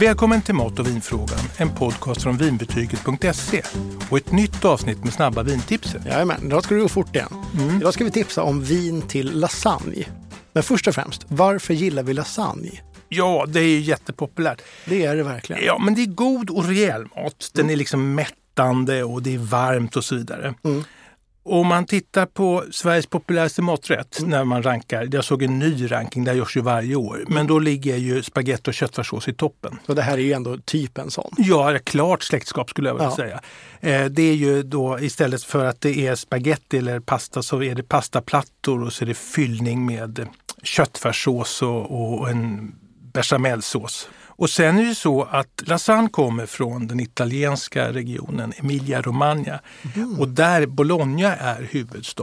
Välkommen till Mat och vinfrågan, en podcast från vinbetyget.se och ett nytt avsnitt med snabba vintipset. Jajamän, idag ska det gå fort igen. Mm. Idag ska vi tipsa om vin till lasagne. Men först och främst, varför gillar vi lasagne? Ja, det är ju jättepopulärt. Det är det verkligen. Ja, men det är god och rejäl mat. Den är liksom mättande och det är varmt och så vidare. Om man tittar på Sveriges populäraste maträtt när man rankar, jag såg en ny ranking, det här görs ju varje år, men då ligger ju spagetti och köttfärssås i toppen. Så det här är ju ändå typ en sån. Ja, klart släktskap skulle jag vilja Ja. säga. Eh, det är ju då istället för att det är spaghetti eller pasta så är det pastaplattor och så är det fyllning med eh, köttfärssås och, och en bechamelsås. Och sen är det ju så att lasagne kommer från den italienska regionen Emilia-Romagna och där Bologna är huvudstad.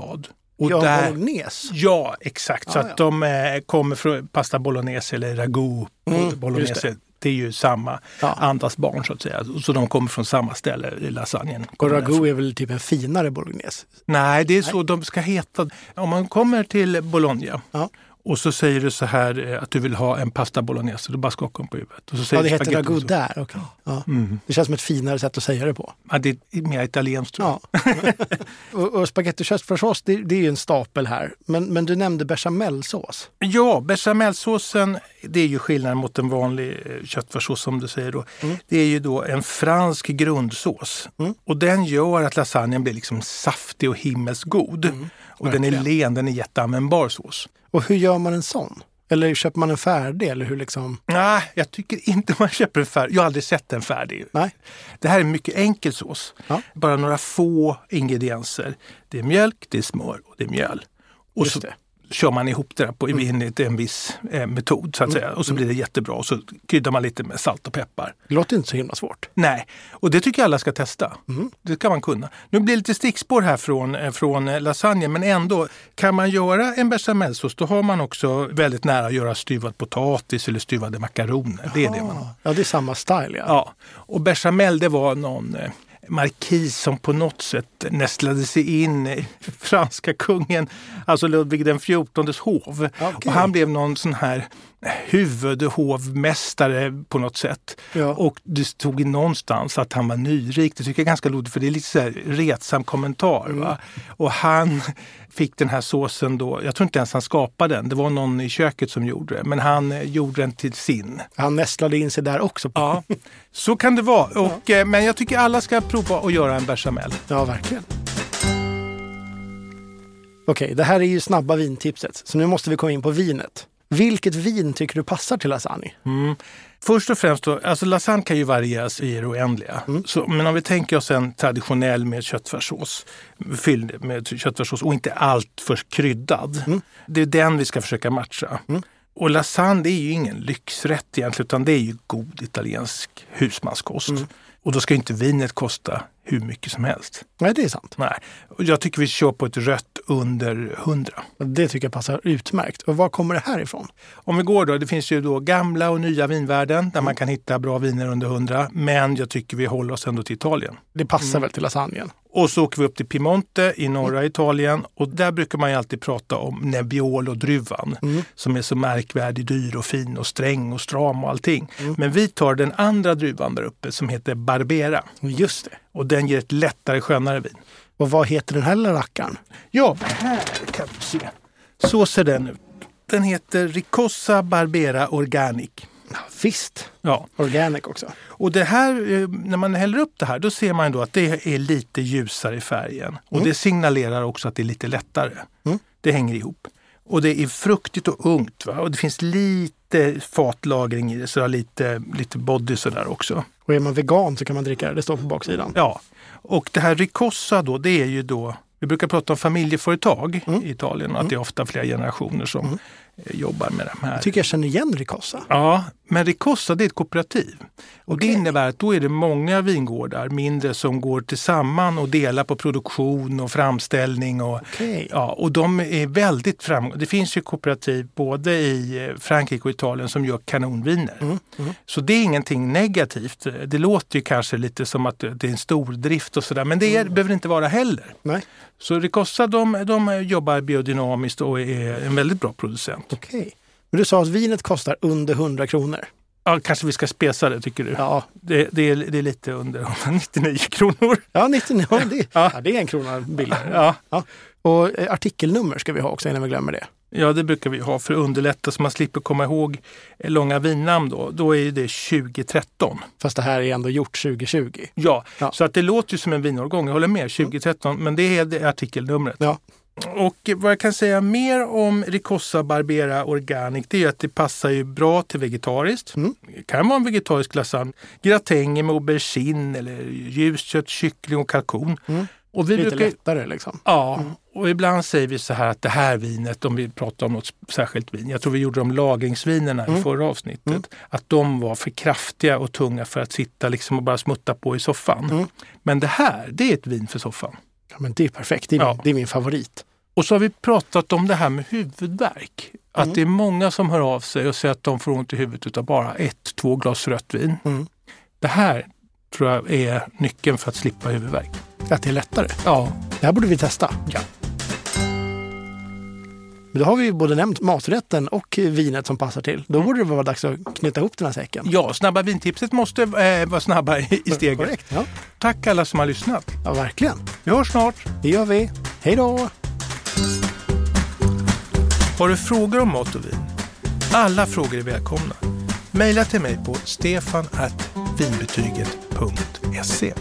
Och Mm. ja, där, bolognese. Ja, exakt. så Ja, att ja. de eh, kommer från pasta bolognese eller ragu Mm, just bolognese. Det. är ju samma Ja. andas barn så att säga. Så de kommer från samma ställe i lasagnen. Och Kommer därifrån. ragu är väl typ en finare bolognese? Nej, det är så de ska heta. Om man kommer till Bologna Ja. och så säger du så här eh, att du vill ha en pasta bolognese, då bara skakar de på huvudet. Och så säger Ja, du det heter spaghetti ragu och så. där. okej. Ja. Mm. Det känns som ett finare sätt att säga det på. Ja, det är mer italienskt tror jag. Ja. och, och spagetti och köttfärssås, det, det är ju en stapel här. Men, men du nämnde bechamelsås. Ja, bechamelsåsen, det är ju skillnaden mot en vanlig eh, köttfärssås som du säger då. Mm. Det är ju då en fransk grundsås och den gör att lasagnen blir liksom saftig och himmelskt god. Och den är Mm. verkligen. len, den är jätteanvändbar sås. Och hur gör man en sån? Eller köper man en färdig? Eller hur liksom? Nej, jag tycker inte man köper en färdig. Jag har aldrig sett en färdig. Nej. Det här är en mycket enkel sås. Ja. Bara några få ingredienser. Det är mjölk, det är smör och det är mjöl. Och Just så det. Mm. kör man ihop det där på, enligt en viss eh, metod så att säga. Och så blir det jättebra och så kryddar man lite med salt och peppar. Det låter inte så himla svårt. Nej, och det tycker jag alla ska testa. Mm. Det ska man kunna. Nu blir det lite stickspår här från, eh, från eh, lasagne, men ändå. Kan man göra en bechamelsås, då har man också väldigt nära att göra styvad potatis eller styvade makaroner. Det är det man har. Ah. Ja, det är samma style. Ja. Ja, och bechamel det var någon eh, markis som på något sätt nästlade sig in i franska kungen, alltså Ludvig den XIVs hov. Okej. Och han blev någon sån här huvudhovmästare på något sätt. Ja. Och det stod i någonstans att han var nyrik. Det tycker jag är ganska luddigt för det är lite så här retsam kommentar. Mm. Va? Och han fick den här såsen då, jag tror inte ens han skapade den, det var någon i köket som gjorde det. Men han eh, gjorde den till sin. Han nästlade in sig där också. Ja, Ja, så kan det vara. Och, eh, Men jag tycker alla ska prova att göra en bechamel. verkligen. Okej, det här är ju snabba vintipset, så nu måste vi komma in på vinet. Vilket vin tycker du passar till lasagne? Först och främst, då, alltså lasagne kan ju varieras i det oändliga. Så, men om vi tänker oss en traditionell med köttfärssås, fylld med köttfärssås och inte allt för kryddad. Det är den vi ska försöka matcha. Och lasagne det är ju ingen lyxrätt egentligen, utan det är ju god italiensk husmanskost. Och då ska ju inte vinet kosta hur mycket som helst. Nej, det är sant. Nej. Och Jag tycker vi kör på ett rött under 100. Det tycker jag passar utmärkt. Och var kommer det här ifrån? Om vi går då, det finns ju då gamla och nya vinvärden där Mm. man kan hitta bra viner under 100. Men jag tycker vi håller oss ändå till Italien. Det passar väl till lasagnen? Och så åker vi upp till Piemonte i norra Mm. Italien och där brukar man ju alltid prata om Nebbiolo-druvan Mm. som är så märkvärdig, dyr och fin och sträng och stram och allting. Mm. Men vi tar den andra druvan där uppe som heter Barbera Just det. och den ger ett lättare, skönare vin. Och vad heter den här lilla rackaren? Ja, här kan du se. Så ser den ut. Den heter Ricossa Barbera Organic. Ja, Visst, Ja, organic också. och det här, eh, när man häller upp det här då ser man ju då att det är lite ljusare i färgen. Och Mm. det signalerar också att det är lite lättare. Det hänger ihop. Och det är fruktigt och ungt va? och det finns lite fatlagring i det, så det har lite, lite body sådär också. Och är man vegan så kan man dricka det, det står på baksidan. Ja, och det här ricossa då, det är ju då, vi brukar prata om familjeföretag Mm. i Italien, att det är ofta flera generationer som eh, jobbar med de här. Jag tycker jag känner igen Ricossa. Ja, men Ricossa det är ett kooperativ. Och Det innebär att då är det många vingårdar, mindre, som går tillsamman och delar på produktion och framställning. Och, Okej. ja, och de är väldigt framgångsrika. Det finns ju kooperativ både i eh, Frankrike och Italien som gör kanonviner. Mm. Så det är ingenting negativt. Det låter ju kanske lite som att det är en stor drift och sådär, men det är, behöver det inte vara heller. Nej, Så Ricossa de, de jobbar biodynamiskt och är en väldigt bra producent. okej. Men du sa att vinet kostar under 100 kronor. ja, kanske vi ska spesa det tycker du? Ja, Det, det, är, det är lite under 199 kronor. ja, 99, ja, det, Ja. ja, det är en krona billigare. Ja, Och eh, artikelnummer ska vi ha också innan vi glömmer det. ja, det brukar vi ha för att underlätta så man slipper komma ihåg eh, långa vinnamn då. Då är ju det 2013. Fast det här är ändå gjort 2020. Ja, Ja. så att det låter ju som en vinårgång, jag håller med, 2013, men det är det artikelnumret. Ja. Och vad jag kan säga mer om Ricossa Barbera Organic det är att det passar ju bra till vegetariskt. Mm. Det kan vara en vegetarisk lasagne. Gratänger med aubergine eller ljust kött, kyckling och kalkon. Mm. Och vi Lite brukar, lättare liksom. ja, och ibland säger vi så här att det här vinet, om vi pratar om något särskilt vin, jag tror vi gjorde om lagringsvinerna Mm. i förra avsnittet, att de var för kraftiga och tunga för att sitta liksom och bara smutta på i soffan. Mm. Men det här, det är ett vin för soffan. Ja, men det är perfekt, det är, Ja. min, det är min favorit. Och så har vi pratat om det här med huvudvärk. Att Mm. det är många som hör av sig och säger att de får ont i huvudet utav bara ett, två glas rött vin. Mm. Det här tror jag är nyckeln för att slippa huvudvärk. Att det är lättare. Ja, Det här borde vi testa. Ja. Men Då har vi ju både nämnt maträtten och vinet som passar till. Mm. Då borde det vara dags att knyta ihop den här säcken. ja snabba vintipset måste eh, vara snabba i, i steget. Korrekt. Ja. Tack alla som har lyssnat. ja, verkligen. Vi hörs snart. Det gör vi. Hej då! Har du frågor om mat och vin? Alla frågor är välkomna. Mejla till mig på stefanvinbetyget.se